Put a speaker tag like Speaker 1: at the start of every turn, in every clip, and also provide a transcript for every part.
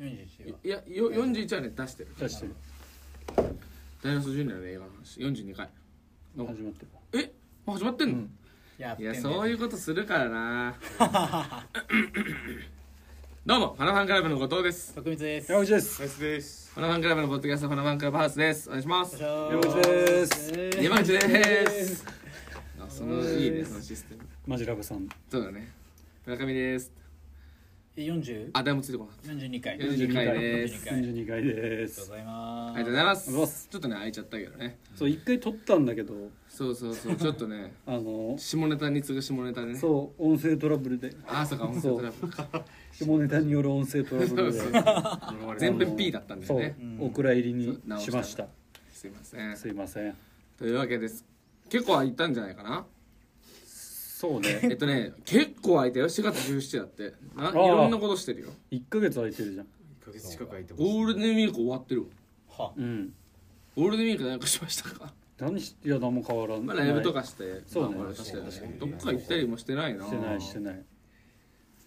Speaker 1: 41はい
Speaker 2: やよ41はね出してる
Speaker 3: 出してる
Speaker 2: ダイナソージュニアの映画の話42回の
Speaker 3: 始まってる
Speaker 2: えもう始まってんの、
Speaker 1: やって
Speaker 2: い
Speaker 1: ん
Speaker 2: や
Speaker 1: だよ
Speaker 2: そういうことするからなどうもファナファンクラブの後藤です
Speaker 1: 徳光です
Speaker 3: 山口です
Speaker 4: ナイスです
Speaker 2: ファナファンクラブのポッドキャストファナファンクラブハウスですお願いします
Speaker 3: 山口です
Speaker 2: 山口ですあそのいいねそのシステム
Speaker 3: マジラブさん
Speaker 2: そうだね村上です
Speaker 1: 40
Speaker 2: あ誰もついてこなかっ
Speaker 1: 42回
Speaker 2: た42回で
Speaker 1: 42
Speaker 2: す
Speaker 1: 回
Speaker 3: 42回で
Speaker 1: ありがとう
Speaker 3: す
Speaker 1: ございます
Speaker 2: ありがとうございます
Speaker 3: ありがとうございます
Speaker 2: ちょっとね空いちゃったけどね
Speaker 3: そう一回撮ったんだけど
Speaker 2: そうそうそうちょっとね
Speaker 3: あの
Speaker 2: 下ネタに次ぐ下ネタでね
Speaker 3: そう音声トラブルで
Speaker 2: あそうか音声トラブルか
Speaker 3: 下ネタによる音声トラブルで
Speaker 2: そう全編 P だったんだよ
Speaker 3: そう
Speaker 2: ね
Speaker 3: お蔵入りに
Speaker 2: そう
Speaker 3: しました
Speaker 2: すいません
Speaker 3: すいません
Speaker 2: というわけです結構空いたんじゃないかな
Speaker 3: そう
Speaker 2: え
Speaker 3: ね
Speaker 2: っとね結構空いたよ4月17だってな
Speaker 3: あー
Speaker 2: いろんなことしてるよ
Speaker 3: 1ヶ月空いてるじゃん
Speaker 4: 1ヶ月近く空いてます
Speaker 2: ゴールデンウィーク終わってるわ
Speaker 1: は
Speaker 3: うん
Speaker 2: ゴールデンウィーク何かしましたか
Speaker 3: 何しいや何も変わらない
Speaker 2: まあライブとかして
Speaker 3: そうね
Speaker 2: まあまあ確かに確かに
Speaker 4: そ
Speaker 2: ど
Speaker 4: う
Speaker 2: っ
Speaker 4: ね
Speaker 2: か行ったりもしてないな
Speaker 3: してないしてない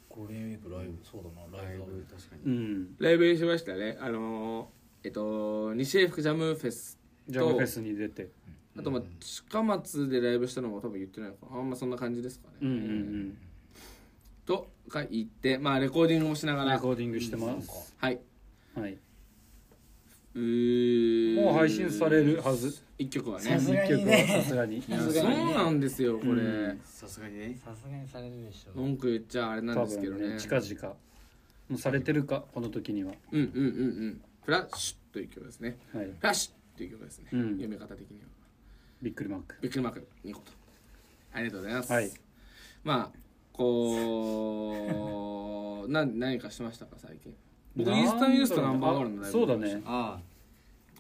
Speaker 1: ゴールデンウィークライブそうだなラ
Speaker 4: ラ
Speaker 1: イ
Speaker 4: イ
Speaker 1: ブ
Speaker 4: ブ確かに
Speaker 3: うん
Speaker 2: ライブしましたねあのーえっと西英福ジャムフェス
Speaker 3: ジャムフェスに出て
Speaker 2: あとまあ近松でライブしたのも多分言ってないのかなあんまそんな感じですかね
Speaker 3: うんうん
Speaker 2: とか言ってまあレコーディングもしなが
Speaker 3: うんレ
Speaker 2: ら
Speaker 3: コーディングしてます
Speaker 2: はい
Speaker 3: はいも
Speaker 2: も
Speaker 3: う配信されるはず
Speaker 2: 一曲は
Speaker 1: さ
Speaker 2: ね
Speaker 1: すが
Speaker 3: 一
Speaker 1: に
Speaker 3: 曲
Speaker 1: ね
Speaker 3: はさすが に
Speaker 2: いや
Speaker 1: さ
Speaker 2: そう
Speaker 1: すがにね
Speaker 2: なんですよこれ、
Speaker 3: うん
Speaker 4: さすがにね
Speaker 1: さすがにされるでしょ
Speaker 2: 文句言っちゃあれなん
Speaker 3: 多
Speaker 2: ですけどね
Speaker 3: 分ね近々もうされてるかこの時には
Speaker 2: うんうんうんうんフラッシュという曲ですね
Speaker 3: はい
Speaker 2: フラッシュという曲ですね、
Speaker 3: うん
Speaker 2: 読み方的には
Speaker 3: びっくりマーク
Speaker 2: びっくりマーク2個とありがとうございます、
Speaker 3: はい
Speaker 2: まあこうな何かしてましたか最近僕イースタンユースとナンバーワールドのライブ
Speaker 3: そうだね
Speaker 4: あ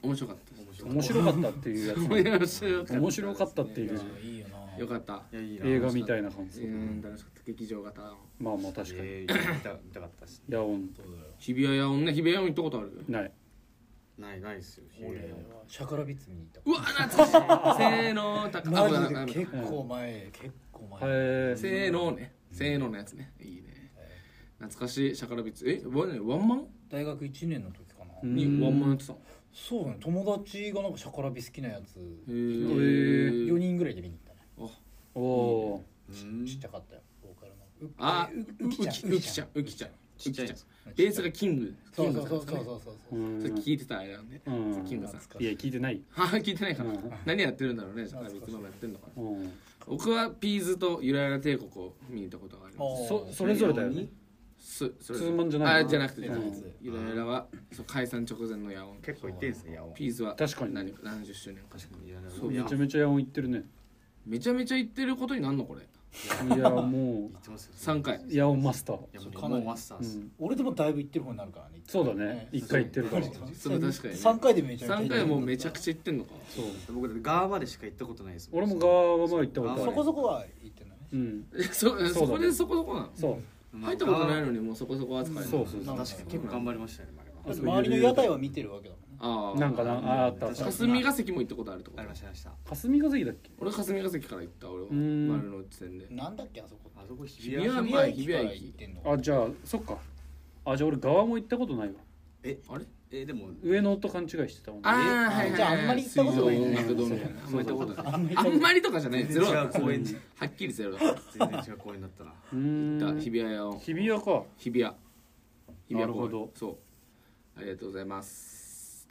Speaker 2: 面白かったです
Speaker 3: 面白かったっていうやつね面白かったって
Speaker 1: い
Speaker 3: い
Speaker 1: や
Speaker 3: う
Speaker 1: いいよな
Speaker 2: よかった
Speaker 4: あいやいいな
Speaker 3: 映画みたいな感
Speaker 2: う
Speaker 3: 想
Speaker 2: ん楽しかった劇場型
Speaker 3: まあまあ確かに
Speaker 4: えー見た見たかったし
Speaker 3: ヤオン
Speaker 1: そうだよ
Speaker 2: 日比谷屋音ね日比谷屋音行ったことある
Speaker 3: ない
Speaker 4: ないないですよ
Speaker 1: 俺はシャカラビッツ見に行っ
Speaker 2: うわ懐かしいせーの高
Speaker 1: たマ
Speaker 2: あ危
Speaker 1: ジ
Speaker 2: な
Speaker 1: で
Speaker 2: い危ない
Speaker 1: 結構前結構前
Speaker 3: へ
Speaker 2: せ
Speaker 3: え
Speaker 2: ーのねせーののやつねいいね懐かしいシャカラビッツえわねワンマン
Speaker 1: 大学1年の時かな
Speaker 2: にワンマンやってたの
Speaker 1: そうだね友達がなんかシャカラビ好きなやつ
Speaker 2: へ
Speaker 3: ー
Speaker 1: 4
Speaker 2: え
Speaker 1: 人ぐらいで見に行ったね
Speaker 3: おお
Speaker 1: ちっちゃかったよボーカルのう
Speaker 2: あ
Speaker 1: う
Speaker 2: ウキちゃんウキちゃんウキちゃんウキちゃんベースがキングキ
Speaker 1: そ
Speaker 2: ン
Speaker 1: う
Speaker 2: グ
Speaker 1: そ
Speaker 2: さ
Speaker 1: うんそうそうそうそうそう
Speaker 2: ですねそ
Speaker 3: うん
Speaker 2: れ聞いてたあれなんで
Speaker 3: うん
Speaker 2: キングさん
Speaker 1: 懐か
Speaker 3: いや
Speaker 1: しい
Speaker 3: 聞いてない
Speaker 2: はは聞いてないから
Speaker 3: うん
Speaker 2: 何やってるんだろうねシャカラビッツのやってんのかな僕はピーズとゆらゆら帝国を見に行ったことがあります
Speaker 3: そそれぞれだよね
Speaker 2: すそれ
Speaker 3: ツーマンじゃないの
Speaker 2: あじゃなくてじゃなく
Speaker 1: うん
Speaker 2: てゆらゆらはそう解散直前の野音
Speaker 4: 結構行ってんすねいや
Speaker 2: ピーズは
Speaker 3: 確かに
Speaker 2: 何何十周年か
Speaker 4: 確かにいやでも
Speaker 2: そう
Speaker 4: い
Speaker 3: め
Speaker 4: や
Speaker 3: ちゃめちゃヤオン行ってるね
Speaker 2: めちゃめちゃ言ってることになんのこれ
Speaker 3: いや も
Speaker 4: 行ってますよ
Speaker 2: 3回
Speaker 3: うヤオンマスター
Speaker 4: いや
Speaker 1: そう
Speaker 4: もう
Speaker 1: かなり
Speaker 4: もうマスター
Speaker 3: う
Speaker 4: っす
Speaker 3: ん
Speaker 1: 俺でもだいぶ行ってる方になるからね
Speaker 3: そうだね一回行ってるから
Speaker 2: そう確かにね
Speaker 1: 3回でめちゃめちゃ
Speaker 2: 3回もうめちゃくちゃ言ってんのか
Speaker 3: そう
Speaker 4: 僕だって側までしか行ったことないです
Speaker 3: 俺も側はまあ行ったことある
Speaker 1: そこそこは行ってんだね
Speaker 3: うん
Speaker 2: え そ
Speaker 3: ね
Speaker 2: そこでそこそこなの
Speaker 3: そう
Speaker 2: 入ったことない
Speaker 4: の
Speaker 2: のにもうそこそこ扱いなの
Speaker 3: そうそう
Speaker 1: な
Speaker 3: そ
Speaker 1: ん
Speaker 3: う
Speaker 1: か
Speaker 4: 確かに結構頑張りましたね
Speaker 1: だ
Speaker 4: あれは
Speaker 1: って周りの屋台は見てるわけだもんね
Speaker 2: ああ
Speaker 3: なんかなああったあっ
Speaker 4: 確か
Speaker 3: た
Speaker 4: に
Speaker 2: 霞が関も行ったことあるってこ
Speaker 4: あ
Speaker 2: と
Speaker 4: りましたありました
Speaker 3: 霞が関だっけ
Speaker 2: 俺霞が関から行った俺は
Speaker 3: うーん
Speaker 2: 丸の内線で
Speaker 1: なんだっけあそこ
Speaker 4: あそこ日
Speaker 2: 日
Speaker 4: 比
Speaker 2: 比
Speaker 4: 谷
Speaker 2: 谷
Speaker 1: 日比谷
Speaker 2: 前日
Speaker 1: 駅
Speaker 2: 比
Speaker 1: から行
Speaker 2: 谷
Speaker 1: っ
Speaker 2: 駅
Speaker 1: てんのか
Speaker 3: あじゃあそっかあじゃあ俺側も行ったことないわ
Speaker 2: あれ
Speaker 4: えでも
Speaker 3: 上野と勘違いしてたもんね
Speaker 2: あーはいはいはい
Speaker 1: じゃああんまり行ったことないね
Speaker 2: 水上音楽堂みたいなあんまり行ったことない
Speaker 1: あんまり
Speaker 2: あんまりとかじゃない
Speaker 4: 全
Speaker 2: ゼロだっ
Speaker 4: 然違う
Speaker 2: た
Speaker 4: 公園に
Speaker 2: はっきりゼロだった
Speaker 4: 全然違う公園だったな
Speaker 3: うーん
Speaker 2: 日
Speaker 3: 日
Speaker 2: 比谷を
Speaker 3: 比谷か
Speaker 2: 日比谷日比谷公園
Speaker 3: なるほど
Speaker 2: そうありがとうございます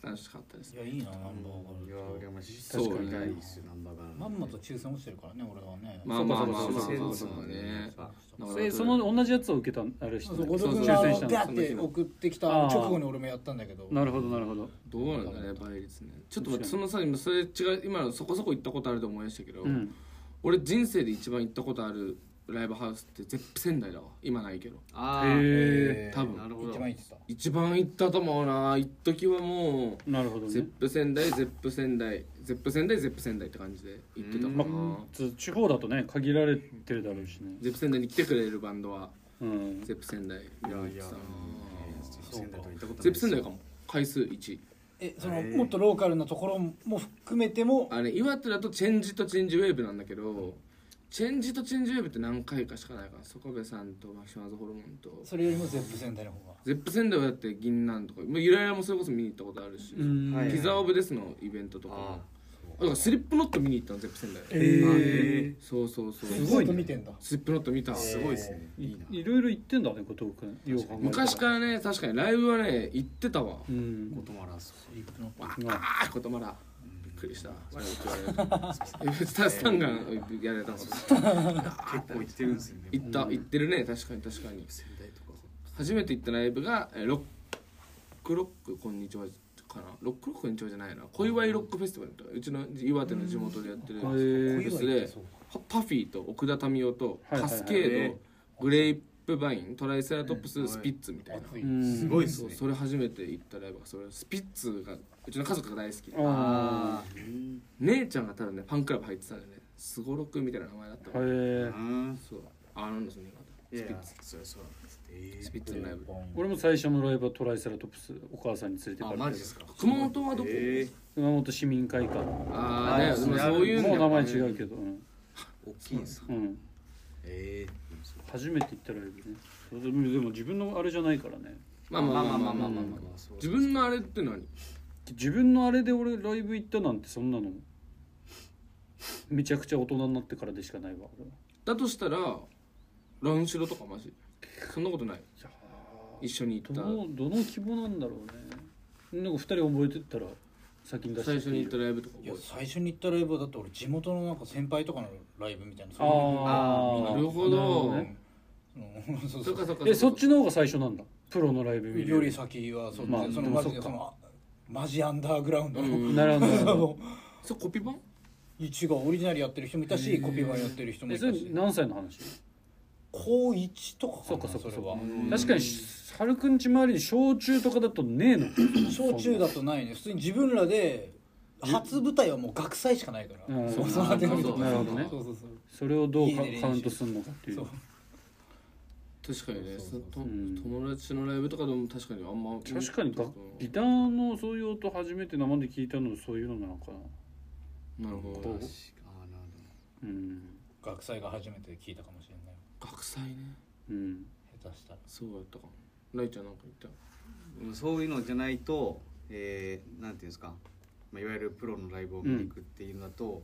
Speaker 2: 楽しかったです
Speaker 1: いやいいなナンバ
Speaker 4: い
Speaker 1: ー
Speaker 4: や
Speaker 1: ガール
Speaker 4: 羨ましい
Speaker 2: そう
Speaker 3: 確かに
Speaker 4: ないですよナンバーガール
Speaker 1: まんまと抽選落ちてるからね俺はね
Speaker 2: まあまあ
Speaker 3: そうか
Speaker 2: まあ
Speaker 3: そう
Speaker 2: ま
Speaker 3: か
Speaker 2: あ
Speaker 3: そうか
Speaker 2: まあそうね
Speaker 3: それその同じやつを受けたあれして
Speaker 1: そうそう後藤
Speaker 3: 抽
Speaker 1: 君が
Speaker 2: 抽
Speaker 1: あ
Speaker 3: 選
Speaker 1: の
Speaker 3: したん
Speaker 1: ガ
Speaker 3: だ
Speaker 1: ッて送ってきた直後に俺もやったんだけど
Speaker 3: なるほどなるほど
Speaker 2: どうなんだね倍率ねちょっと待ってそのさ今それ違う今のそこそこ行ったことあると思いましたけど、
Speaker 3: うん
Speaker 2: 俺人生で一番行ったことあるライブハウスってゼップ仙台だわ今ないけど
Speaker 4: あ
Speaker 3: へ
Speaker 4: あ
Speaker 3: え
Speaker 2: 多分
Speaker 4: なるほど
Speaker 1: 一番いいってた
Speaker 2: 一番行ったと思うな一時はも
Speaker 3: なるほど
Speaker 2: うゼ
Speaker 3: ね
Speaker 2: ップ仙台ゼップ仙台ゼップ仙台ゼップ仙台って感じで行ってたか
Speaker 3: ま
Speaker 2: な
Speaker 3: あつ地方だとね限られてるだろうしね
Speaker 2: ゼップ仙台に来てくれるバンドは
Speaker 3: うん
Speaker 2: ゼップ仙台
Speaker 4: いや
Speaker 2: 行っ
Speaker 4: い
Speaker 2: て
Speaker 4: や
Speaker 2: たな
Speaker 4: 仙台と行ったことない
Speaker 2: ゼップ仙台かも回数1
Speaker 1: えそのもっとローカルなところも含めても
Speaker 2: あれ岩手だとチェンジとチェンジウェーブなんだけど、チェンジとチェンジウェーブって何回かしかないからソカベさんとマキシマズホルモンと
Speaker 1: それよりもゼップ仙台の方が
Speaker 2: ゼップ仙台はだって銀杏とかまあゆらゆらもそれこそ見に行ったことあるし、
Speaker 3: うん
Speaker 4: はい
Speaker 2: ピザオブデスのイベントとかも
Speaker 4: あ
Speaker 2: あだからスリップノット見に行ったのゼップ仙台
Speaker 1: え
Speaker 4: ー
Speaker 2: そうそうそう
Speaker 1: す
Speaker 3: す
Speaker 1: ご
Speaker 3: ご
Speaker 1: い
Speaker 3: い
Speaker 1: と
Speaker 3: ね
Speaker 1: 見てんだ
Speaker 2: スリップノット見た
Speaker 4: あすごいですねいいない
Speaker 3: ろいろ言ってんだね後藤君よう考えた
Speaker 2: 昔からね確かにライブはね行ってたわ
Speaker 3: うん
Speaker 4: こともらす
Speaker 2: ああことまらびっくりした我々言われるスタスタンガンやられたの
Speaker 4: 結構行ってるんですよね
Speaker 2: 行った行ってるね確かに確かに
Speaker 4: 仙台とか
Speaker 2: 初めて行ったライブがえーロックロックこんにちはかなロックロックこんにちはじゃないな小祝ロックフェスティバルとかうちの岩手の地元でやってるフ
Speaker 3: へ
Speaker 2: ェスでパパフィーと奥田民生と
Speaker 3: はいはいは
Speaker 2: カ
Speaker 3: い
Speaker 2: スケー
Speaker 4: へ
Speaker 2: ドグレープバイントライセラトプ
Speaker 4: う
Speaker 2: ス
Speaker 4: ん
Speaker 2: スピッツみたいな
Speaker 1: 熱い
Speaker 3: うん
Speaker 4: すごいです
Speaker 2: そう
Speaker 4: ね
Speaker 2: それ初めて行ったライブがそれスピッツがうちの家族が大好きで
Speaker 3: あ
Speaker 4: うん
Speaker 2: 姉ちゃんが多分ねファンクラブ入ってたんでねすごろくみたいな名前だった
Speaker 3: あへ
Speaker 2: の
Speaker 3: え
Speaker 4: うん
Speaker 2: そうあなんですね
Speaker 4: い
Speaker 2: ス
Speaker 4: や
Speaker 2: ピ
Speaker 4: い
Speaker 2: ッ
Speaker 4: や
Speaker 2: ツ
Speaker 4: そうそうなんですえ
Speaker 2: スピッツのライブ
Speaker 3: 俺も最初のライブはトライセラトプスお母さんに連れて
Speaker 4: ー
Speaker 3: か
Speaker 4: あ
Speaker 3: れて
Speaker 4: マジですか
Speaker 2: 熊本はどこ
Speaker 4: え
Speaker 3: 熊本市民会館も
Speaker 2: ああね
Speaker 4: あ
Speaker 2: で
Speaker 4: そ
Speaker 2: も
Speaker 4: れある
Speaker 2: そういうの
Speaker 3: う名前違う
Speaker 2: ど
Speaker 3: けどうん、
Speaker 4: ー大きいんですか
Speaker 3: うん、
Speaker 4: えー
Speaker 3: 初めて行ったライブねそうでもでも自分のあれじゃないからね
Speaker 2: まあまあまあまあまあまあまあ
Speaker 4: そう
Speaker 2: 自分のあれって何
Speaker 3: 自分のあれで俺ライブ行ったなんてそんなのめちゃくちゃ大人になってからでしかないわ俺は
Speaker 2: だとしたらランシロとかマジそんなことない一緒に行
Speaker 3: ど
Speaker 2: っ
Speaker 3: のどの規模なんだろうねなんか2人覚えてったら先に出
Speaker 2: た
Speaker 3: して
Speaker 2: 最初に行った
Speaker 3: ら
Speaker 2: ライブとか
Speaker 1: いや最初に行ったライブはだって俺地元のなんか先輩とかのライブみたいな
Speaker 3: あー
Speaker 2: なるほど
Speaker 3: なるほね
Speaker 1: うんそうそ
Speaker 2: そうっかそっか
Speaker 3: えそっちの方が最初なんだプロのライブ見る
Speaker 1: より先はそう、
Speaker 3: まあ
Speaker 1: そ
Speaker 3: で
Speaker 1: の
Speaker 3: も
Speaker 1: マ
Speaker 3: そっ
Speaker 1: ジ
Speaker 3: か
Speaker 1: でそのマジアンダーグラウンドの、
Speaker 2: うん
Speaker 3: なるほどなるほ ど
Speaker 1: の
Speaker 2: それコピー版
Speaker 1: 一がオリジナルやってる人もいたしコピー版やってる人も
Speaker 3: え
Speaker 1: い
Speaker 3: それ
Speaker 1: たし
Speaker 3: 何歳の話
Speaker 1: 高一とか
Speaker 3: そ
Speaker 1: か
Speaker 3: っか
Speaker 1: な
Speaker 3: そっ
Speaker 1: そ
Speaker 3: か
Speaker 1: れは
Speaker 2: うん
Speaker 3: 確かにはるくんち周りに小中とかだとねえの
Speaker 1: 小中だとないね普通に自分らで初舞台はもう学祭しかないから、
Speaker 3: うん
Speaker 1: そうそう
Speaker 2: なるほど
Speaker 3: なるほどね
Speaker 1: そうそうそう
Speaker 3: それをどうか
Speaker 1: 家で練習
Speaker 3: カウントするのかっていう
Speaker 1: そう
Speaker 2: 確かに
Speaker 1: そ
Speaker 2: ね
Speaker 1: うそう
Speaker 2: その
Speaker 3: うん
Speaker 2: 友達のライブとかでも確かにあんま
Speaker 3: 確かに楽ギターのそういう音初めて生で聞いたのそういうのなのかな
Speaker 2: なるほ
Speaker 4: あー
Speaker 2: ど
Speaker 4: なるほど
Speaker 3: うん
Speaker 1: 学祭が初めて聞いたかもしれない
Speaker 2: 学祭ね
Speaker 3: うん
Speaker 1: 下手したら
Speaker 2: そうだったかもライちゃんなんか言った
Speaker 4: うんそういうのじゃないと、えー、なんていうんですか、まあ、いわゆるプロのライブを見に行くっていうのだと、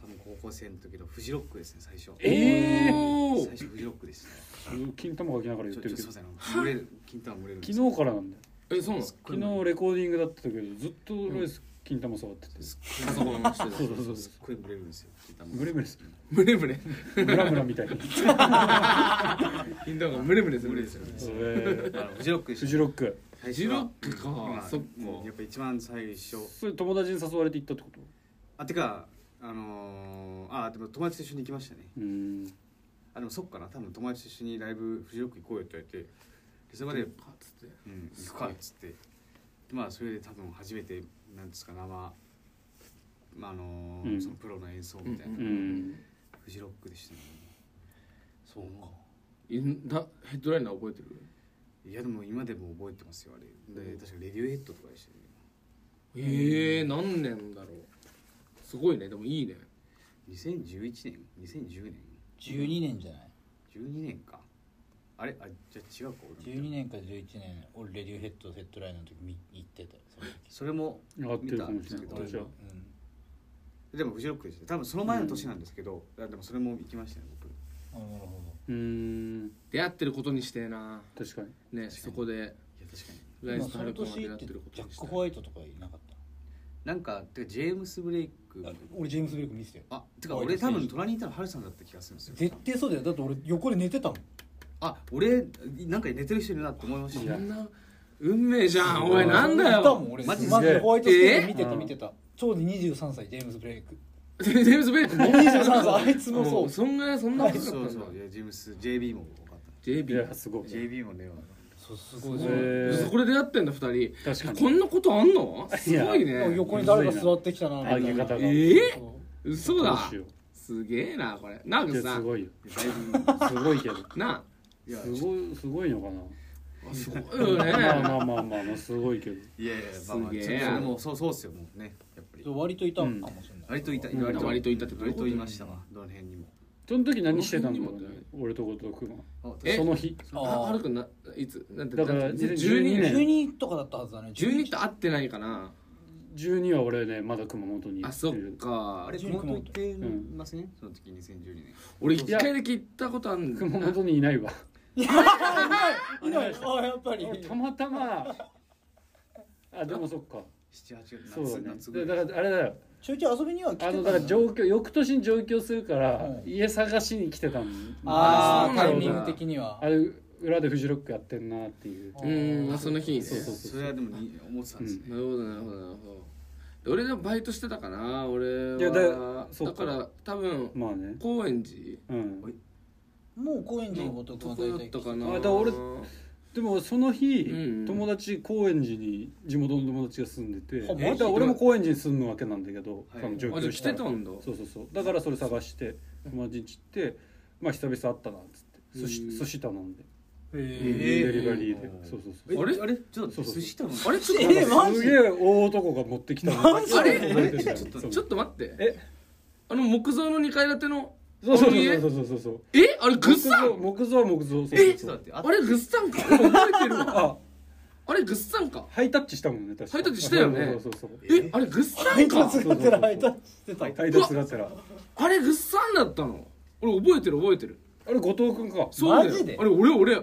Speaker 4: 多分高校生の時のフジロックですね最初
Speaker 3: え
Speaker 2: お
Speaker 4: 最初フジロックでした
Speaker 3: 金玉かきながら言
Speaker 4: ちょ
Speaker 3: っ
Speaker 4: ち
Speaker 3: て
Speaker 4: ょ
Speaker 3: るけ
Speaker 4: すい
Speaker 3: ど
Speaker 4: ませんあの漏れる金玉漏れるんです
Speaker 3: 昨日からなんだよ
Speaker 2: えそうなの
Speaker 3: 昨日レコーディングだったけどずっとロイス金玉触ってて
Speaker 4: す
Speaker 2: パソコンして
Speaker 3: そう
Speaker 2: る
Speaker 3: そうそう
Speaker 4: っごい漏れるんですよ金玉
Speaker 3: ムレムレす
Speaker 2: ムレムレ
Speaker 3: ムラムラみたいに
Speaker 2: なんかムレムレする
Speaker 4: 漏れるんですよね
Speaker 3: それ
Speaker 4: あのフジロック
Speaker 3: フ
Speaker 4: で
Speaker 3: ジ
Speaker 4: した
Speaker 3: ロック
Speaker 4: 最
Speaker 2: ジ
Speaker 4: 初
Speaker 2: ロ
Speaker 4: は
Speaker 2: ックか
Speaker 4: まあ
Speaker 2: そっか
Speaker 4: うんやっぱ一番最初
Speaker 3: それ友達に誘われて行ったってこと
Speaker 4: あてかあのー、あでも友達と一緒に行きましたね
Speaker 3: うん
Speaker 4: あでもそっかな多分友達と一緒にライブフジロック行こうよって言われてでそれまで
Speaker 2: かっつって
Speaker 4: うん、行くかっつってまあそれで多分初めてなんですか生、まああのー
Speaker 3: うん
Speaker 4: そのプロの演奏みたいな、
Speaker 2: うん
Speaker 3: うん
Speaker 4: フジロックでしたね
Speaker 1: そうか
Speaker 2: いんだヘッドライナー覚えてる
Speaker 4: いやでも今でも覚えてますよあれで確かレディオヘッドとかでしたね
Speaker 2: ええ何年だろうすごいねでもいいね
Speaker 4: 2011年2010年
Speaker 1: 12年じゃない
Speaker 4: 12年かあれあじゃあ違うか俺
Speaker 1: 12年か11年俺レディオヘッドヘッドライナーの時見行ってたよその時
Speaker 4: それも
Speaker 3: 合ってるかもしれない
Speaker 4: 見た
Speaker 3: 私
Speaker 1: う
Speaker 3: は
Speaker 1: ん
Speaker 4: でもフジロックでした多分その前の年なんですけど、あでもそれも行きましたね僕
Speaker 1: あなるほど
Speaker 3: うん
Speaker 2: 出会ってることにしてえな
Speaker 3: 確かに
Speaker 2: ねそこで
Speaker 4: いや確かに
Speaker 2: ライ
Speaker 1: 今
Speaker 2: スと
Speaker 1: そ
Speaker 2: ハ
Speaker 1: の
Speaker 2: ルクが
Speaker 1: 年
Speaker 2: 出
Speaker 1: っ
Speaker 2: 会っててるこ
Speaker 1: ジ
Speaker 2: と
Speaker 1: ャ
Speaker 2: に
Speaker 1: ッ
Speaker 2: し
Speaker 1: ク・
Speaker 2: て
Speaker 1: ホワイトとかいなかった
Speaker 4: なんかてかジェームス・ブレイクも
Speaker 1: あ俺ジェームス・ベルク見せてよ
Speaker 4: あてか俺多分隣にいたのハルさんだった気がするんですよ
Speaker 1: 絶対そうだよだって俺横で寝てたもん
Speaker 4: あ俺なんか寝てる人いるなって思いまし
Speaker 3: い
Speaker 4: た
Speaker 3: や
Speaker 2: そんな運命じゃんおい
Speaker 3: すごい
Speaker 2: なんだ
Speaker 1: いたも
Speaker 2: よ
Speaker 1: ん俺
Speaker 4: マジで
Speaker 1: マジでホワイトステージ見
Speaker 2: え
Speaker 1: てた
Speaker 3: うん
Speaker 1: 見てたちょうど23歳ジェームス・ブレイク
Speaker 2: デーブス・ベイクも
Speaker 1: 23歳 あいつもそ
Speaker 2: そう
Speaker 1: う
Speaker 2: そんぐらいそんな
Speaker 4: そ
Speaker 2: 若
Speaker 4: う
Speaker 2: かっ
Speaker 4: そ
Speaker 2: たんだ
Speaker 4: ういやジェームス JB も多かっ
Speaker 3: い
Speaker 2: JB
Speaker 3: やすご
Speaker 4: た
Speaker 3: い
Speaker 4: JB もね
Speaker 1: そうすごい
Speaker 3: す
Speaker 1: そ
Speaker 3: ごいへー
Speaker 2: そこで出会ってんだ二人
Speaker 3: 確かに
Speaker 2: こんなことあんのす
Speaker 3: いや
Speaker 2: ごい
Speaker 1: でも
Speaker 2: ね
Speaker 1: 横に誰が座ってきたなみたい
Speaker 3: 上げ
Speaker 1: な
Speaker 3: 方が
Speaker 2: ええ
Speaker 1: そう
Speaker 2: 嘘
Speaker 3: どう
Speaker 2: だ
Speaker 3: しよ
Speaker 2: すげえなこれなん
Speaker 3: う
Speaker 2: か
Speaker 3: いや
Speaker 2: さ
Speaker 3: すごいよ
Speaker 4: だいぶ
Speaker 3: すごいけど
Speaker 2: な
Speaker 4: や
Speaker 3: すごいすごいのかな
Speaker 2: あすごいよね
Speaker 3: ま あまあまあまあまあすごいけど
Speaker 4: いやいやまあまあ
Speaker 2: す
Speaker 4: ち
Speaker 2: げえ
Speaker 4: ょっとそれもそうそうっすよもうねやっぱり
Speaker 1: そう割といたかもしれない
Speaker 4: 割といた
Speaker 3: ん
Speaker 4: 割と
Speaker 2: 割といたってこと
Speaker 4: 割といましたわどの辺にも
Speaker 3: その時何してたの
Speaker 2: この辺にもね
Speaker 3: 俺と後藤君は
Speaker 4: あ
Speaker 2: え
Speaker 3: その日
Speaker 1: あ
Speaker 2: あ
Speaker 1: ー
Speaker 2: はるくんないつなんて
Speaker 3: だから
Speaker 2: なんて
Speaker 3: 12
Speaker 2: 年
Speaker 3: 年
Speaker 1: 12とかだったはずだね
Speaker 2: 12って会ってないかな
Speaker 3: 12は俺ねまだ熊本にいる
Speaker 2: あそっか
Speaker 4: あれ熊本行ってますね、その時2012年
Speaker 2: 俺一回だけ行ったことあるんだよ
Speaker 3: 熊
Speaker 2: な
Speaker 3: 本にいないわ
Speaker 1: いないあやっぱり
Speaker 3: 俺たまたまあでもそっか
Speaker 4: 78月夏
Speaker 3: そうだね
Speaker 4: 夏ぐ
Speaker 3: だ
Speaker 4: らい
Speaker 3: だからあれだよ
Speaker 1: ちょいちょい遊びには来て
Speaker 3: あ
Speaker 1: た
Speaker 3: の
Speaker 1: ん
Speaker 3: だから
Speaker 1: よ
Speaker 3: 上京翌年に上京するから、
Speaker 1: うん
Speaker 3: 家探しに来てたの
Speaker 1: ああ
Speaker 2: あーそうな
Speaker 1: タ
Speaker 2: ん
Speaker 1: イ
Speaker 2: だ
Speaker 1: ミング的には
Speaker 3: あれ裏でフジロックやってんなっていう
Speaker 1: あ
Speaker 2: うーんあその日にね
Speaker 3: そうそう
Speaker 4: それはでもに思ってたんですね、
Speaker 2: なるほどなるほどなるほど俺でもバイトしてたかな俺
Speaker 3: いや
Speaker 2: は
Speaker 3: だそ
Speaker 2: だ
Speaker 3: っか
Speaker 2: から多分
Speaker 3: まあね
Speaker 2: 高円寺
Speaker 3: うん
Speaker 1: もう高円寺のごとく
Speaker 2: ど
Speaker 1: は
Speaker 2: こだ
Speaker 1: 大
Speaker 2: っ
Speaker 1: 体
Speaker 2: たか
Speaker 3: あ
Speaker 2: な
Speaker 3: だから 俺でもその日、
Speaker 2: うんうん
Speaker 3: 友達高円寺に地元の友達が住んでて
Speaker 1: あマジ
Speaker 3: だから俺も高円寺に住むわけなんだけど、
Speaker 4: はい
Speaker 3: あの上
Speaker 2: あじゃ
Speaker 3: 京
Speaker 2: あ
Speaker 3: し
Speaker 2: 来
Speaker 3: た
Speaker 2: て
Speaker 3: ら
Speaker 2: たんだ
Speaker 3: そうそうそうだからそれ探して友達に行ってまあ久々会ったなっつって寿
Speaker 2: うん
Speaker 3: 司寿司頼んで
Speaker 1: へ
Speaker 3: デ
Speaker 1: え
Speaker 3: リバリーで
Speaker 4: うん
Speaker 3: そうそうそう
Speaker 4: え
Speaker 2: あれ
Speaker 4: あれちょっと
Speaker 3: そうそうそう
Speaker 4: 寿司頼む
Speaker 2: あれちょっ
Speaker 1: え
Speaker 2: と
Speaker 1: マ
Speaker 3: す
Speaker 1: ジ
Speaker 3: げえ大男が持ってきたの
Speaker 1: マジ
Speaker 3: あ
Speaker 2: あれ
Speaker 3: 覚えてる
Speaker 4: ちょっと
Speaker 3: そう
Speaker 2: ちょっと待って
Speaker 3: え
Speaker 2: あの木造の2階建ての
Speaker 3: そうそう
Speaker 2: あの
Speaker 3: そうそうそうそう
Speaker 2: えあれグッサン
Speaker 3: 木造木造木造そう
Speaker 2: え
Speaker 3: そう
Speaker 4: ちょ
Speaker 3: そ
Speaker 4: っ
Speaker 3: う
Speaker 4: と待ってあ
Speaker 2: あれグッサンか俺覚えてるわ
Speaker 3: あ
Speaker 2: あれグッサンか
Speaker 3: ハイタッチしたもんね確か
Speaker 2: ハイタッチしたよね
Speaker 3: そうそうそうそう
Speaker 2: えあれグッサ
Speaker 1: 配
Speaker 2: ンか
Speaker 1: 達がてら配達してた
Speaker 3: ハイタッチがてら
Speaker 2: あれグッサンだったの俺覚えてる覚えてる
Speaker 3: あれ後藤君か
Speaker 2: そうだよ
Speaker 1: マジで
Speaker 2: あれ俺俺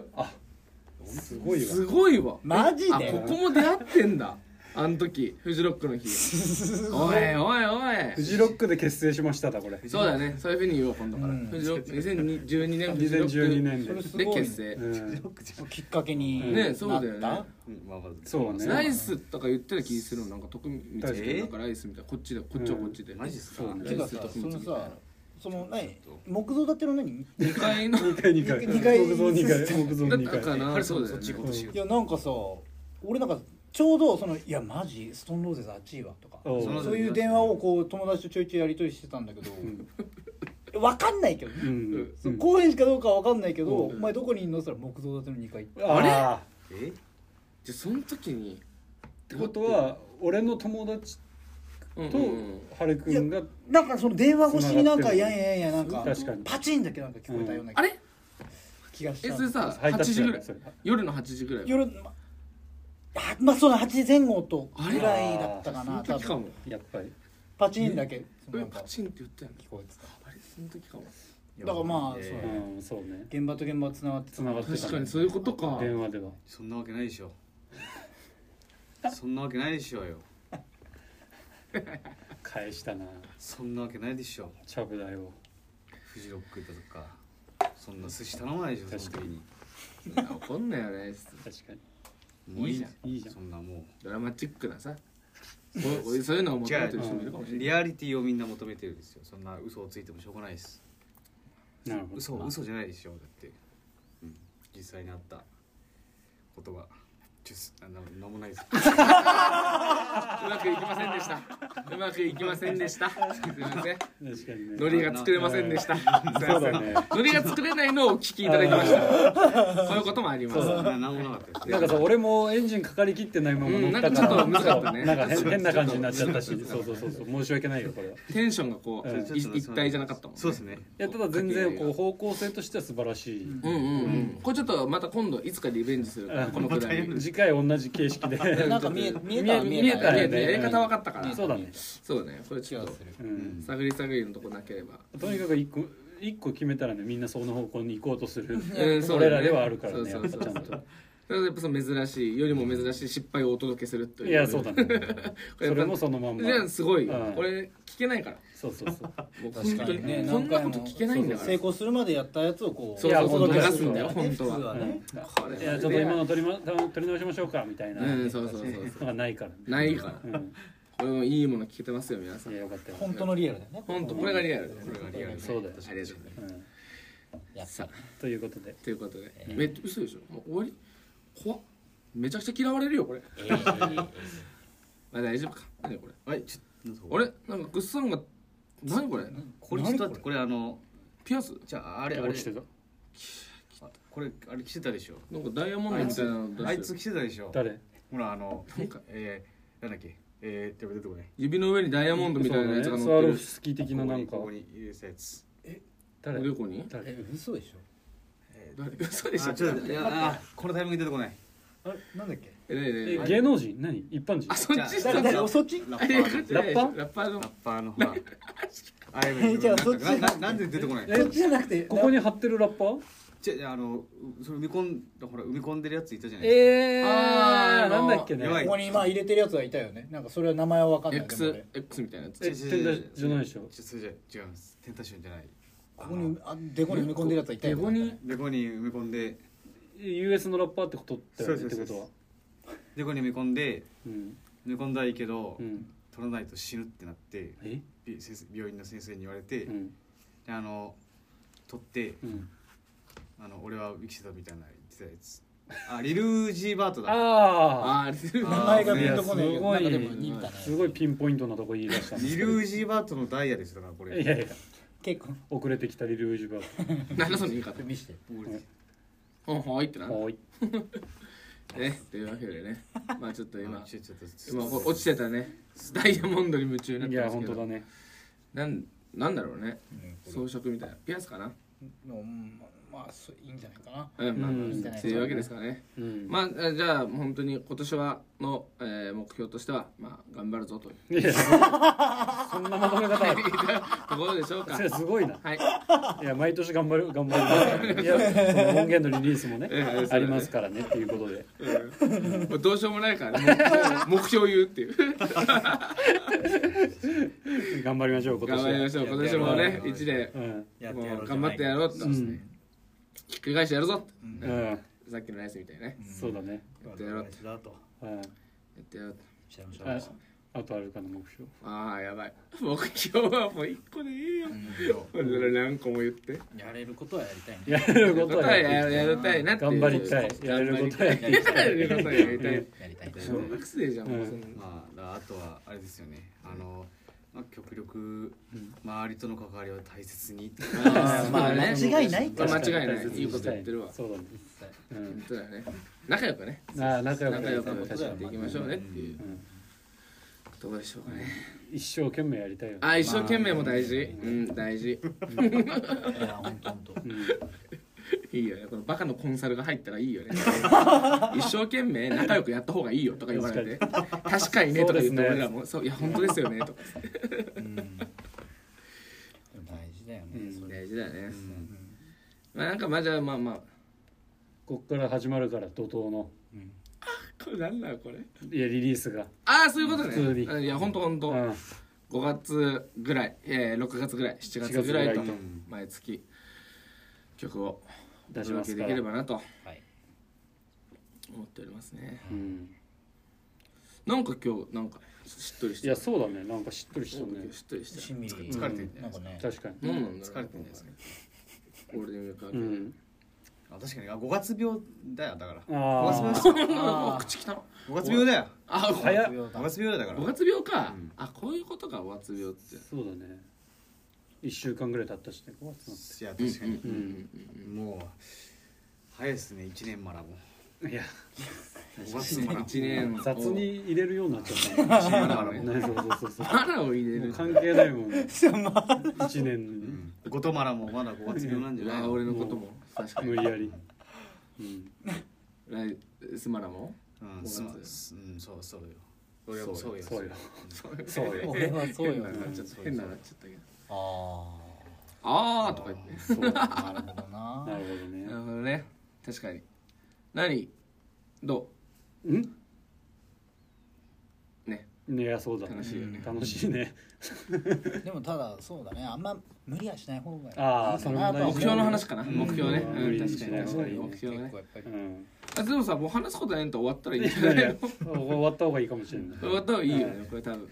Speaker 3: すごいわ
Speaker 2: すごいわ
Speaker 1: マジ
Speaker 2: あこ
Speaker 1: で
Speaker 2: こも出会ってんだあの時フジロックの日 おいおいお
Speaker 3: フ
Speaker 2: い
Speaker 3: ジロックで結成しましただこれ
Speaker 2: そうだねそういうふうに言おう今度から、
Speaker 1: うん
Speaker 2: フジロック2012年フジロ
Speaker 3: 2012
Speaker 2: ッ
Speaker 3: 年
Speaker 1: それす
Speaker 2: ク
Speaker 1: ご
Speaker 2: で
Speaker 1: いね
Speaker 2: 結成、
Speaker 3: で
Speaker 1: きっかけに
Speaker 2: ねそうだよね
Speaker 1: なった
Speaker 4: うんまあまず
Speaker 3: そうね
Speaker 2: ライスとか言ってる気するのなんか徳光
Speaker 3: 確
Speaker 4: か
Speaker 2: さん
Speaker 4: に
Speaker 2: なんかライスみたいなこっちでこっちはこっちで、
Speaker 4: マジっすか
Speaker 3: そうね
Speaker 2: ラ
Speaker 1: て
Speaker 2: イ
Speaker 1: か
Speaker 2: ス
Speaker 1: さ
Speaker 2: と
Speaker 1: そ
Speaker 2: 徳
Speaker 1: の
Speaker 2: 光みたいな
Speaker 1: さその何木造建ての何い
Speaker 2: 2階 の
Speaker 3: 2回2回
Speaker 1: 二回
Speaker 3: 木造2回木造
Speaker 2: だった
Speaker 3: 2
Speaker 2: か
Speaker 3: 回
Speaker 2: なそうだ
Speaker 4: そ
Speaker 2: よ
Speaker 4: っ
Speaker 2: ね
Speaker 4: ち行こうとしよ
Speaker 1: やなんかさ俺なんかちょうどその「いやマジストーンローゼズあっちいわ」とか
Speaker 3: おう
Speaker 4: の
Speaker 1: そういう電話をこう友達とちょいちょいやり取りしてたんだけ
Speaker 3: ん
Speaker 1: ど分かんないけどね
Speaker 3: うん
Speaker 1: そう高円寺かどうかは分かんないけど
Speaker 3: う
Speaker 1: お前どこにいんのって言ったら木造建ての2階って
Speaker 3: あれっ
Speaker 4: え
Speaker 2: じゃあその時に
Speaker 3: てことは俺の友達
Speaker 2: うん
Speaker 3: とハルくんが
Speaker 1: なんかその電話越しになんかやんやんやんなんか
Speaker 3: 確かに
Speaker 1: パチンだけなんか聞こえたような
Speaker 2: あれ
Speaker 1: 気がし
Speaker 2: え
Speaker 1: た
Speaker 2: それさ
Speaker 3: ハイタ
Speaker 2: 8
Speaker 3: ッチ
Speaker 2: 時ぐらい
Speaker 3: それ
Speaker 2: 夜の8時ぐらい
Speaker 1: 夜まあまあその8時前後と
Speaker 2: あれ
Speaker 1: ぐらいだったか
Speaker 2: その
Speaker 1: な多
Speaker 2: 時か
Speaker 1: 分
Speaker 2: も
Speaker 3: やっぱり
Speaker 1: パチンだけその
Speaker 2: え
Speaker 1: なん
Speaker 2: パ
Speaker 1: か
Speaker 2: チンって言ったよね
Speaker 1: 聞こえてた
Speaker 2: あれその時かも
Speaker 1: だからまあ
Speaker 4: いや
Speaker 1: そうだね
Speaker 3: うんそうね
Speaker 1: 現場と現場つながってた
Speaker 3: 繋がってた
Speaker 2: 確かにそういうことか
Speaker 3: 電話では
Speaker 4: そんなわけないでしょそんなわけないでしょうよ
Speaker 3: 返したな
Speaker 4: そんなわけないでしょ
Speaker 3: ちゃぶ台を
Speaker 4: フジロック行ったとかそんな寿司頼まないでしょその時に
Speaker 2: いや怒んなよね
Speaker 3: 確かに
Speaker 4: もういいじゃ
Speaker 3: いいじゃ
Speaker 4: ん
Speaker 3: ん
Speaker 4: そんなもう
Speaker 2: ドラマチックなさおおそういうのを求めてる人もいるかもしれない
Speaker 4: リアリティをみんな求めてるんですよそんな嘘をついてもしょうがないです
Speaker 3: なるほど
Speaker 4: 嘘
Speaker 3: まあ
Speaker 4: 嘘じゃないでしょだって、うん、実際にあった言葉ジュースあななんもないです
Speaker 2: うまくいきませんでしたうまくいきませんでしたすいません
Speaker 3: 確かにね
Speaker 2: 海苔が作れませんでしたすいません
Speaker 3: そうだね
Speaker 2: 海苔が作れないのをお聞きいただきま したそういうこともあります
Speaker 4: ななんもなかったです
Speaker 3: なんかさ俺もエンジンかかりきってないまま乗ったから
Speaker 2: うんなんかちょっと難かったね
Speaker 3: なんか変変な感じになっちゃったしそうそうそうそう申し訳ないよこれはい
Speaker 2: テンションがこう、
Speaker 3: うん
Speaker 2: い一体じゃなかったもん
Speaker 4: そうですね
Speaker 3: やただ全然こう方向性としては素晴らしい、
Speaker 2: うんうんうんこれちょっとまた今度いつかリベンジするからこのくらい
Speaker 3: 次回同じ形式で
Speaker 1: なんか見え見え
Speaker 2: 見え
Speaker 1: た
Speaker 2: 見えた見
Speaker 3: 見え
Speaker 2: え
Speaker 3: た
Speaker 2: た
Speaker 3: よね
Speaker 2: やり方分かったから
Speaker 3: そうだね、
Speaker 2: そうだねこれち
Speaker 1: 気
Speaker 2: ょっ
Speaker 1: が
Speaker 2: と
Speaker 1: する
Speaker 3: うん、
Speaker 2: 探り探りのとこなければ
Speaker 3: とにかく一個一個決めたらねみんなその方向に行こうとする、
Speaker 2: うんそうだ
Speaker 3: 俺
Speaker 2: ね
Speaker 3: らではあるからね
Speaker 2: そ
Speaker 3: やっ
Speaker 2: う
Speaker 3: ぱ
Speaker 2: そう
Speaker 3: ち
Speaker 2: そう
Speaker 3: ゃんと
Speaker 2: ただやっぱその珍しいよりも珍しい失敗をお届けするという
Speaker 3: いやそうだね
Speaker 2: こ
Speaker 3: そ
Speaker 2: やっぱ
Speaker 3: れもそのまんま
Speaker 2: じゃあすごい、
Speaker 3: うん
Speaker 2: 俺聞けないから
Speaker 3: そうそうそう
Speaker 2: もう
Speaker 1: 確
Speaker 2: 本
Speaker 1: か
Speaker 2: 当
Speaker 1: にね
Speaker 2: にこんなこと聞けないんだから
Speaker 1: 成功するまでやったやつをこう
Speaker 2: そう
Speaker 3: そう
Speaker 1: お届けする
Speaker 2: そう流すんだよ本当は
Speaker 1: 普通はね
Speaker 2: これ
Speaker 3: いやちょっと今の取り,、ま、取り直しましょうかみたいな、
Speaker 2: うんそうそうそうそ
Speaker 3: のがないからね
Speaker 2: うないから
Speaker 3: うん、
Speaker 2: 俺もいいもの聞けてますよ皆さん
Speaker 3: いやよかったよ、
Speaker 1: 本当のリアルだよね
Speaker 2: 本当これがリアル
Speaker 4: これがリアル
Speaker 3: そうだよ
Speaker 2: ありがとうございま
Speaker 3: うん、
Speaker 1: や
Speaker 2: すさ
Speaker 1: さ
Speaker 2: あ
Speaker 3: ということで
Speaker 2: ということでめっちゃ嘘でしょもう終わり怖っめちゃくちゃ嫌われるよこれまあ大丈夫か何これ
Speaker 4: はいちょっと
Speaker 2: あれなんかグッサンが何これ
Speaker 4: これちょっと待ってこれあの
Speaker 2: ピアス
Speaker 4: じゃああれあれ
Speaker 3: 落ちてた
Speaker 4: あこれあれ着てたでしょ
Speaker 2: なんかダイヤモンドみたいなの出してる
Speaker 4: あいつ着てたでしょ
Speaker 3: 誰
Speaker 4: ほらあの
Speaker 2: なんか
Speaker 4: えー、なんだっけえー、って出てこない
Speaker 2: 指の上にダイヤモンドみたいなやつが
Speaker 3: そうだねスワ
Speaker 2: 乗っ
Speaker 3: ロ
Speaker 2: て
Speaker 3: フ
Speaker 2: る
Speaker 3: スキー的ななんか
Speaker 4: ここにここに入れたやつ
Speaker 3: 誰
Speaker 2: おでこに
Speaker 3: 誰
Speaker 1: え嘘でしょ
Speaker 4: え
Speaker 2: 誰嘘でし
Speaker 4: ー、
Speaker 2: ょ
Speaker 4: あちょっといやあこのタイミング出てこない
Speaker 1: あれなんだっけ
Speaker 2: え何
Speaker 3: え
Speaker 2: 何
Speaker 3: 芸能人何一般人
Speaker 2: あそっち
Speaker 4: じゃあ
Speaker 1: 誰誰
Speaker 4: ラッパー
Speaker 1: そっち
Speaker 4: ラ
Speaker 2: あれ勝
Speaker 4: ッ
Speaker 2: ってないでしょ
Speaker 3: ラッパー
Speaker 2: ラッパーの
Speaker 4: パーのほら あ
Speaker 1: えじゃあそっち
Speaker 4: なななんで出てこない
Speaker 3: え
Speaker 1: そっちじゃなくて
Speaker 3: ここに貼ってるラッパー
Speaker 4: じゃああのうそれ埋め込んだほら埋め込んでるやついたじゃないですか
Speaker 3: えー、
Speaker 2: あーあの
Speaker 3: なんだっけね
Speaker 4: 弱い
Speaker 1: ここにまあ入れてるやつはいたよねなんかそれは名前は分かんないでも
Speaker 2: X
Speaker 1: 俺
Speaker 2: X みたいなや
Speaker 3: え
Speaker 2: つ
Speaker 4: 違う違う
Speaker 3: 天体じゃ
Speaker 4: 違う
Speaker 3: ないでしょ
Speaker 4: ちょそれじゃ違いますテンタションじゃない
Speaker 1: ここにあデコに埋め込んでるやつはいたよね
Speaker 2: デコに
Speaker 4: でここに埋め込んで
Speaker 3: US のラッパーってことだよね
Speaker 4: そう
Speaker 3: って
Speaker 4: そうそう
Speaker 3: ことは
Speaker 4: でここに埋め込んで
Speaker 3: うん
Speaker 4: 埋め込んだらいいけど、
Speaker 3: うん
Speaker 4: 取らないと死ぬってなって
Speaker 3: え
Speaker 4: び先生病院の先生に言われて、
Speaker 3: うん
Speaker 4: であの取って
Speaker 3: うん
Speaker 4: あの俺は生きてたみたいな言ってたやつあリルージーバートだ
Speaker 3: あ
Speaker 2: あーあれす
Speaker 1: 名前が
Speaker 4: 見
Speaker 1: ピ
Speaker 4: え
Speaker 1: ンとこないけどな
Speaker 3: いやす
Speaker 1: ん
Speaker 3: ご
Speaker 1: か
Speaker 3: い
Speaker 1: でも似たね
Speaker 3: あすごいピンポイントなとこ言い出したんです
Speaker 4: リ
Speaker 3: けど
Speaker 4: ルージーバートのダイヤですよだからこれ
Speaker 3: いやいや
Speaker 1: 結構
Speaker 3: 遅れてきたリルージュバ
Speaker 2: 何だその言い方
Speaker 1: 見して
Speaker 4: 俺で
Speaker 2: ほんほいってな
Speaker 3: ーはい
Speaker 2: ねというわけでねまあちょっと
Speaker 4: 今
Speaker 2: 今
Speaker 4: ちょちょっと
Speaker 2: 今落ちてたねダイヤモンドに夢中になっ
Speaker 3: い
Speaker 2: てま
Speaker 3: や
Speaker 2: す
Speaker 3: 本
Speaker 2: け
Speaker 3: 当だ
Speaker 2: ど
Speaker 3: ね
Speaker 2: なんなんだろうね
Speaker 1: そ
Speaker 2: 装
Speaker 1: う
Speaker 2: 飾みたいなピアスかな
Speaker 1: うんまあそういいんじゃないかな
Speaker 2: うんまあ
Speaker 3: うん
Speaker 2: まあそういうわけですからね
Speaker 3: うん
Speaker 2: まあえーじゃあ本当に今年はのえー目標としてはまあ頑張るぞという
Speaker 3: いやそんなまとめ方ある
Speaker 2: ところでしょうか
Speaker 3: そ れすごいな
Speaker 2: はい
Speaker 3: いや毎年頑張る頑張るいやその音源のリリースもね
Speaker 2: ええ
Speaker 3: ありますからねっていうことで
Speaker 2: うんもうどうしようもないからねもう目標を言うっていう
Speaker 3: 頑張りましょう今
Speaker 2: 頑
Speaker 3: 年
Speaker 2: 張りましょう今年もね
Speaker 4: いや
Speaker 2: 一年
Speaker 3: うん
Speaker 4: やってや
Speaker 2: も
Speaker 4: ろ
Speaker 2: う
Speaker 4: うじゃ
Speaker 2: 頑
Speaker 4: な
Speaker 2: 張っ
Speaker 4: い
Speaker 2: てやろうって
Speaker 3: う
Speaker 2: ひ
Speaker 3: ん
Speaker 2: っくり返してやるぞって
Speaker 3: うん
Speaker 2: さっきのやつみたいにね
Speaker 3: そうだね
Speaker 2: やってやろうっ
Speaker 4: 私
Speaker 2: て
Speaker 4: だと
Speaker 3: うん
Speaker 2: やってやろうって
Speaker 1: しちゃいましょう
Speaker 3: ああとあるかな目標
Speaker 2: ああやばい目標はもう一個でいいよそれ何個も言って
Speaker 1: やれることはやりたいね
Speaker 3: やれることは
Speaker 2: 答えや
Speaker 3: や
Speaker 2: やりたいなっていう
Speaker 3: 頑張りたいやれることはやりたい
Speaker 2: やれることはやりたい
Speaker 1: やりたいね
Speaker 2: 小学生じゃんもうそんな
Speaker 4: まあだあとはあれですよねあの、まあ、極力周りとの関わりを大切にって
Speaker 1: あーまあ
Speaker 2: そうだね
Speaker 1: 間違いないから
Speaker 2: まあ間違いない
Speaker 3: 大切に
Speaker 2: いいこと言ってるわ
Speaker 3: そうだねうん
Speaker 2: 本当だよね仲良くね
Speaker 3: ああ仲良く
Speaker 2: 仲良く
Speaker 3: 確か
Speaker 2: やってい
Speaker 3: に
Speaker 2: きましょうねっていう
Speaker 3: うん
Speaker 2: どうでしょうかね
Speaker 3: 一生懸命やりたいよね
Speaker 2: あ一生懸命も大事うん大事
Speaker 1: いや本当本当
Speaker 3: うん
Speaker 2: いいよねこのバカのコンサルが入ったらいいよ ね一生懸命仲良くやった方がいいよとか言われて確かにねとか言って
Speaker 3: そうですね
Speaker 2: 俺らもそういや本当ですよねとか
Speaker 1: うん大事だよねそれ
Speaker 2: 大事だよねまあなんかまあじゃあまあまあ
Speaker 3: こっから始まるから怒涛の
Speaker 2: これなんだこれ
Speaker 3: いやリリースが
Speaker 2: ああそういうこと
Speaker 3: 普通に
Speaker 2: ねうんいや本当本当
Speaker 3: うん
Speaker 2: 5月ぐらいえー6月ぐらい7月ぐらいと
Speaker 3: 7月ぐらいと
Speaker 2: 毎月曲を
Speaker 3: 出します
Speaker 2: お届けで
Speaker 3: から
Speaker 2: きればなと
Speaker 1: はい
Speaker 2: 思っておりますね
Speaker 3: うん
Speaker 2: なんか今日なんかしっとりし
Speaker 3: い
Speaker 2: て
Speaker 3: や
Speaker 2: る
Speaker 3: そうだねなんかしっとりし
Speaker 2: したっ
Speaker 3: ね
Speaker 2: とりして
Speaker 1: し
Speaker 2: る
Speaker 1: んみり
Speaker 4: 疲れてるんじゃ
Speaker 1: な
Speaker 4: ない
Speaker 1: ん
Speaker 4: で
Speaker 1: か
Speaker 4: すか
Speaker 1: ね
Speaker 3: 確か
Speaker 2: 何
Speaker 3: に
Speaker 2: なんだろう
Speaker 4: 疲れてるんじゃないですかね
Speaker 2: ゴールデンウィーク明け
Speaker 3: うん
Speaker 4: あ確かにあ5月病だよだから
Speaker 3: あ
Speaker 4: 5月
Speaker 3: あ
Speaker 4: 病
Speaker 2: あ口きた
Speaker 4: 5月病だよ
Speaker 2: あ
Speaker 3: 早 っ
Speaker 4: 5月病だから
Speaker 2: 五月病か、
Speaker 4: うん
Speaker 2: あこういうことか五月病って
Speaker 3: そうだね一週間ぐらい経ったしね5月なんて
Speaker 4: いや確かに、
Speaker 2: うん
Speaker 4: もう早いですね1年マラも
Speaker 3: いや
Speaker 4: 5月マラ
Speaker 2: 一年
Speaker 3: 雑に入れるようになっちゃった ね
Speaker 4: 1年マラも、
Speaker 3: ねそうそうそう
Speaker 2: マラを入れ
Speaker 3: そうもう
Speaker 2: る
Speaker 3: 関係ないもん一
Speaker 4: う
Speaker 3: 年
Speaker 4: ん、後藤マラもまだ5月病なんじゃ
Speaker 2: う
Speaker 4: ない
Speaker 2: わ
Speaker 4: の
Speaker 2: 俺のことも確かに
Speaker 3: 無理やりうん
Speaker 2: 来スマラも
Speaker 4: うん、すますうん、そうそうよ俺はそうよ
Speaker 3: そうよ
Speaker 2: そう
Speaker 1: よ俺はそうよ
Speaker 2: 変なのなっちゃった変なのなっちゃったけど
Speaker 1: あ
Speaker 2: あーとか言って
Speaker 1: あなるほどな
Speaker 3: なるほど
Speaker 2: な
Speaker 3: ね
Speaker 2: るほどね確かに何どうね
Speaker 3: うんいやそうだ
Speaker 2: 楽しいよね
Speaker 3: 楽しいね
Speaker 1: でもただそうだねあんま無理はしない方がいい
Speaker 3: ああ
Speaker 1: か
Speaker 3: それも
Speaker 1: なと
Speaker 3: 大
Speaker 1: は
Speaker 2: 目
Speaker 3: 事
Speaker 1: 思う
Speaker 2: 標の話かな
Speaker 4: うん
Speaker 2: 目標ね
Speaker 3: うん
Speaker 2: うん確かに
Speaker 3: うん
Speaker 2: 確かに
Speaker 3: うん
Speaker 2: 目標
Speaker 1: 結
Speaker 2: ね
Speaker 1: 構やっぱり
Speaker 3: うん
Speaker 2: あでもさもう話すことないんだったら終わったらいいんじゃない
Speaker 3: い
Speaker 2: の
Speaker 3: やいや終わった方がいいかもしれない
Speaker 2: 終わった方がいいよねこれ多分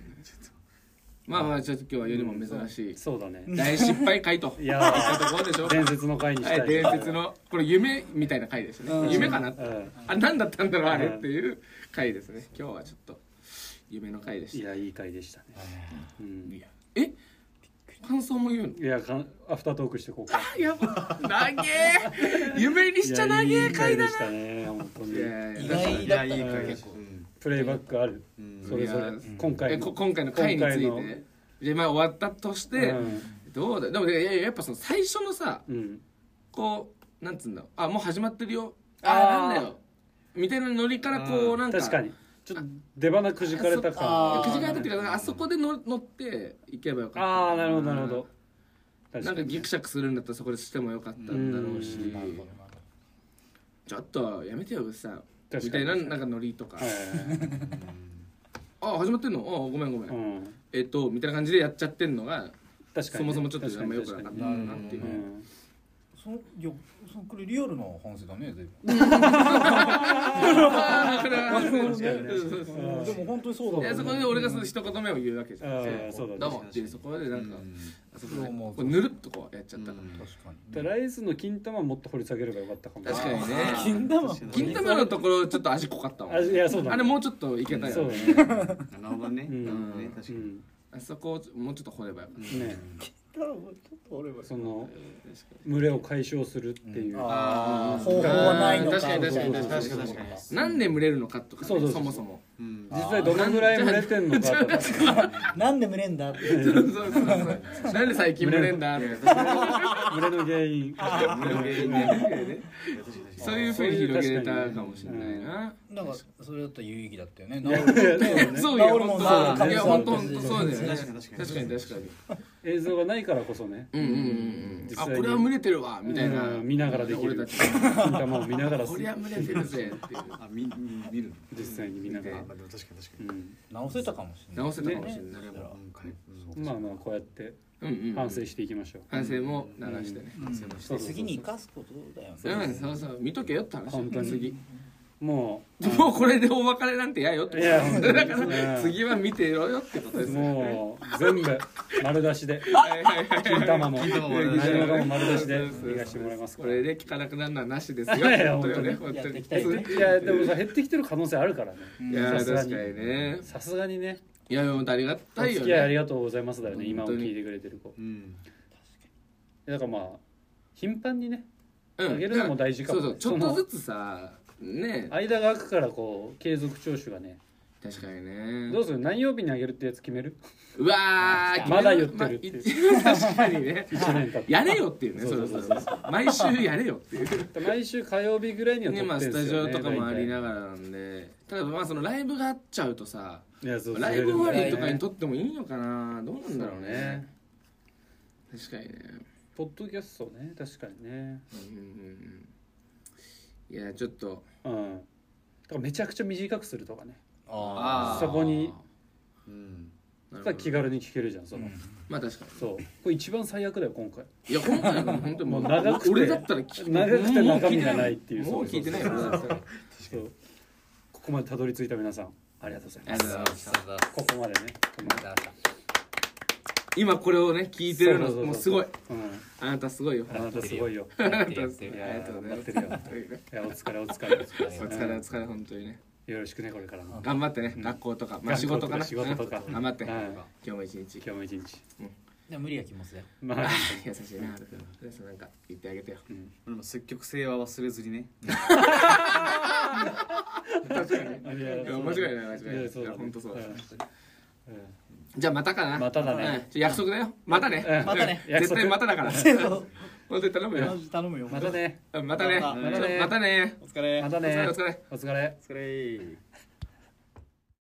Speaker 2: まあまあちょっと今日はよりも珍しい
Speaker 3: そうだね
Speaker 2: 大失敗回 と
Speaker 3: い
Speaker 2: いっ
Speaker 3: や
Speaker 2: た
Speaker 3: ー
Speaker 2: ところでしょ
Speaker 3: 伝説の回にし
Speaker 2: は
Speaker 3: た
Speaker 2: い
Speaker 3: い
Speaker 2: 伝説のこれ夢みたいな回です
Speaker 1: う
Speaker 2: ね
Speaker 1: ん
Speaker 2: 夢かな
Speaker 3: うん
Speaker 2: あ何だったんだろうあれっていう回ですね今日はちょっと夢の回で
Speaker 3: い
Speaker 2: した
Speaker 3: やいい回でしたねうん
Speaker 2: いやえ感想も言うの
Speaker 3: いやかんアフタートークしてこうか
Speaker 2: あやば投げ夢にしちゃ投げ回だ
Speaker 3: いやいい回でしたね本当に
Speaker 2: いやい
Speaker 1: 意
Speaker 2: や
Speaker 1: 外
Speaker 4: い
Speaker 1: だっ
Speaker 4: やい
Speaker 1: た
Speaker 4: い
Speaker 1: ね
Speaker 4: 会
Speaker 1: 結構
Speaker 4: うん
Speaker 3: プレイバックある
Speaker 4: うん
Speaker 3: それぞ
Speaker 2: いや
Speaker 3: れ
Speaker 2: ー
Speaker 3: 今
Speaker 2: え
Speaker 3: 回
Speaker 2: こ
Speaker 3: の
Speaker 2: 今回の回につい
Speaker 3: 今
Speaker 2: て
Speaker 3: 回
Speaker 2: じゃあ今終わったとして
Speaker 3: うん
Speaker 2: ちどうだでもねいやいややっぱその最初のさ
Speaker 3: うん
Speaker 2: こうなんつうんだろうあもう始まってるよあー
Speaker 3: あー
Speaker 2: なんだよみたいなノリからこ
Speaker 4: あー
Speaker 2: うなんか
Speaker 3: 確かにちょっと出花くじかれた
Speaker 1: あー
Speaker 3: 感
Speaker 2: くじかれたっていうかなんかあそこでの乗っていけばよかった
Speaker 3: ああなるほどなるほど確
Speaker 2: なん
Speaker 3: か
Speaker 2: か
Speaker 3: に
Speaker 2: ギクシャクするんだったらそこでしてもよかったんだろうし
Speaker 3: うん
Speaker 1: なるほどな
Speaker 2: ちょっとやめてよさみ
Speaker 3: 確か
Speaker 2: た
Speaker 3: に
Speaker 2: いななんかノリとか、
Speaker 3: はいはいはい
Speaker 2: あ始まってんのあごめんごめん、
Speaker 3: うん
Speaker 2: えっとみたいな感じでやっちゃってんのが
Speaker 3: 確かに
Speaker 2: そも
Speaker 3: ね
Speaker 2: そもちょっと
Speaker 3: 確
Speaker 2: あんま
Speaker 3: に
Speaker 2: 良くなかった
Speaker 3: 確に
Speaker 2: なっていうう、
Speaker 3: うん
Speaker 1: そのよそのこれリアルな反省だね随分で
Speaker 3: うん
Speaker 1: も本当にそうだもん
Speaker 2: い
Speaker 1: ね
Speaker 2: やそこで俺がその一言目を言うわけじゃん、
Speaker 3: あ
Speaker 2: で
Speaker 3: あそうだね
Speaker 2: どうもっていうそこでなんか、あそこで
Speaker 1: どうも
Speaker 2: こうぬるっとこうやっちゃったから、
Speaker 4: うん
Speaker 1: 確か
Speaker 3: だからライスの金玉もっと掘り下げればよかったかも
Speaker 2: 確かにね
Speaker 1: 金玉
Speaker 2: 銀玉のところちょっと味濃かったもん
Speaker 3: あいやそうだね
Speaker 2: あれもうちょっといけたよ、
Speaker 3: そうだ
Speaker 2: ね、
Speaker 3: ね
Speaker 4: なるほどね。
Speaker 3: うん
Speaker 4: なるほどね確
Speaker 3: う
Speaker 4: かに。
Speaker 3: ん
Speaker 2: あそこをもうちょっと掘ればよかった、
Speaker 3: ね
Speaker 1: にだからもうちょっと俺は
Speaker 3: その
Speaker 2: 確か
Speaker 3: 群れを解消するっていう
Speaker 1: ああ
Speaker 4: うん
Speaker 1: 方法はないのか
Speaker 2: 確かに確かに確かに
Speaker 4: 確かに確かに
Speaker 2: になんで群れるのかとかね、
Speaker 3: そうそうそう
Speaker 2: もそも
Speaker 4: うん
Speaker 3: 実際どのぐらい群れてんのかとか
Speaker 1: なんで群れんだって
Speaker 2: そうそうそうそうなんで最近群れんだって
Speaker 3: 群れの原因
Speaker 2: そういう風に広げれたかもしれないな。
Speaker 1: なんかそれだったら有意義だったよね
Speaker 3: や
Speaker 2: そう
Speaker 1: 治
Speaker 2: よ、
Speaker 1: るもん
Speaker 2: 本当
Speaker 1: だ
Speaker 2: そう。いや、本当本当そうだよね。
Speaker 4: 確かに確かに
Speaker 2: 確かに確かに。
Speaker 3: 映像がないからこそね
Speaker 2: うんうんうんうん。あ、これは群れてるわみたいな
Speaker 3: う。ん見ながらでき
Speaker 2: 俺
Speaker 3: る
Speaker 2: たち。
Speaker 3: 金玉を見ながら
Speaker 2: こりゃ群れてるぜっていう。
Speaker 4: あ見見るの。
Speaker 3: 実際に見ながら
Speaker 4: あまあでも確かに確か
Speaker 3: う
Speaker 4: に。
Speaker 3: ん
Speaker 1: 直せたかもしれない
Speaker 2: 直せたかもしれ
Speaker 4: そ
Speaker 2: ない。
Speaker 4: れもうんかいうん
Speaker 3: まあまあこうやって
Speaker 2: うんうんうん。
Speaker 3: 反省していきましょう
Speaker 2: 反省も流してね。
Speaker 1: うん
Speaker 3: そうそうそう
Speaker 1: 次に生かすことだよ
Speaker 2: う
Speaker 1: ね
Speaker 2: ん、そうそう。見とけよって話。
Speaker 3: 本当に
Speaker 2: 次。
Speaker 3: も
Speaker 2: もうこれでお別れなんて嫌よっ
Speaker 3: う
Speaker 2: て
Speaker 3: いや本 当
Speaker 2: だから
Speaker 3: に
Speaker 2: 次は見てろよってことです。
Speaker 3: もう全部丸出しで
Speaker 2: はいはいはい。
Speaker 3: 金玉も
Speaker 4: 金玉も丸出し
Speaker 3: 何もかも丸出しで逃がしてもらいますか
Speaker 2: こ
Speaker 3: ら
Speaker 2: れで聞かなくなるのはなしですよ。
Speaker 3: いやいや
Speaker 2: 本当よね、
Speaker 1: 本
Speaker 2: 本
Speaker 1: 当に
Speaker 2: 当
Speaker 1: やってい
Speaker 2: に。
Speaker 1: きたいね
Speaker 3: いやでもさ減ってきてる可能性あるからね
Speaker 2: いや
Speaker 3: さす
Speaker 2: 確
Speaker 3: が
Speaker 2: か
Speaker 3: に
Speaker 2: にね。
Speaker 3: さすがにね
Speaker 2: いや本当ありが
Speaker 3: お
Speaker 2: たい
Speaker 3: 付
Speaker 2: よ
Speaker 3: き合いあり
Speaker 2: ね。
Speaker 3: がとうございますだよね今を
Speaker 2: 本当に
Speaker 3: 聞いてくれてる子
Speaker 4: うん。
Speaker 3: だからまあ頻繁にね
Speaker 2: うん
Speaker 3: あげるのも大事かも
Speaker 2: そうそうちょっとずつさね
Speaker 3: 間が空くからこう継続聴取がね
Speaker 2: 確かにね。
Speaker 3: どうする何曜日にあげるってやつ決める
Speaker 2: うわー
Speaker 3: まだ言ってるって
Speaker 2: る。まあ一 確かにね。
Speaker 3: 1年経って
Speaker 2: やれよっていうね。そうそうそう毎週やれよっていう。
Speaker 3: 毎週火曜日ぐらいには撮
Speaker 2: ねま
Speaker 3: っ
Speaker 2: あ
Speaker 3: てん
Speaker 2: ス
Speaker 3: す
Speaker 2: タ
Speaker 3: よね
Speaker 2: ジオとかもありな
Speaker 3: 大
Speaker 2: がらなんで。ただまあそのライブがあっちゃうとさ、
Speaker 3: 体いやそう
Speaker 2: ライブ終わりとかに
Speaker 3: 撮
Speaker 2: とってもいいのかな。どうなんだろうね。確かにね。
Speaker 3: ポッドキャストね確かに
Speaker 2: うん
Speaker 3: ね
Speaker 2: うんうん。いやちょっと。
Speaker 3: うんだからめちゃくちゃ短くするとかね
Speaker 4: あー
Speaker 3: そこに
Speaker 4: うん。
Speaker 2: な
Speaker 3: だ
Speaker 2: るほど
Speaker 3: から気軽に聞けるじゃんその、
Speaker 2: まあ確かに
Speaker 3: そうこれ一番最悪だよ今回
Speaker 2: いや今回の本当にもう
Speaker 3: もう長くて
Speaker 2: 俺だったら聞く
Speaker 3: 長くて中身がないっていう
Speaker 2: もう聞いてない
Speaker 3: そ
Speaker 2: も
Speaker 3: う
Speaker 2: う
Speaker 3: そうそう
Speaker 2: 聞いてないよ
Speaker 3: そうここまでたどり着いた皆さんありがとうござい
Speaker 2: あ
Speaker 3: ま
Speaker 2: り
Speaker 3: す
Speaker 2: がとうございます
Speaker 3: ここまでね
Speaker 2: 今これをね聞いてるの
Speaker 3: そうそうそう
Speaker 2: もうすごい
Speaker 3: うん
Speaker 2: あなたすごいよ
Speaker 3: あなたすごいよ
Speaker 2: あなたすごい
Speaker 3: いや
Speaker 2: ありがとうござい
Speaker 3: 頑張
Speaker 2: ま
Speaker 3: って
Speaker 2: す
Speaker 3: るよいやお疲れお疲れ
Speaker 2: お疲れお疲れ本当にね
Speaker 3: よろしくねこれからも
Speaker 2: 頑張ってね学校とか まあ仕
Speaker 3: 学
Speaker 2: 事
Speaker 3: 校と
Speaker 2: か
Speaker 3: か
Speaker 2: な
Speaker 3: 仕事とか
Speaker 2: うん頑張って
Speaker 3: うん
Speaker 2: 今日も一日
Speaker 3: 今日も一日
Speaker 1: でも無理やきますよ
Speaker 3: ま
Speaker 2: あ
Speaker 3: あ
Speaker 2: ー優しいなあなたなんか言ってあげてよ
Speaker 4: 俺も積極性は忘れずにね。
Speaker 2: 確かに
Speaker 3: いや
Speaker 2: いや間違いない間違いない
Speaker 3: やそうだ
Speaker 2: いや本当そうだ
Speaker 3: うんうん
Speaker 2: じゃあまたかな
Speaker 3: まただね
Speaker 2: うんちょ約束だよまたね
Speaker 3: うん
Speaker 1: またね
Speaker 2: 絶対また だから 本当に頼むよ
Speaker 1: マジ頼むよ
Speaker 3: またね
Speaker 2: うんまたね
Speaker 1: また
Speaker 3: ね
Speaker 2: またね
Speaker 1: お疲れ
Speaker 3: またね
Speaker 2: お疲れお疲れ
Speaker 3: お疲れ
Speaker 4: お疲れ。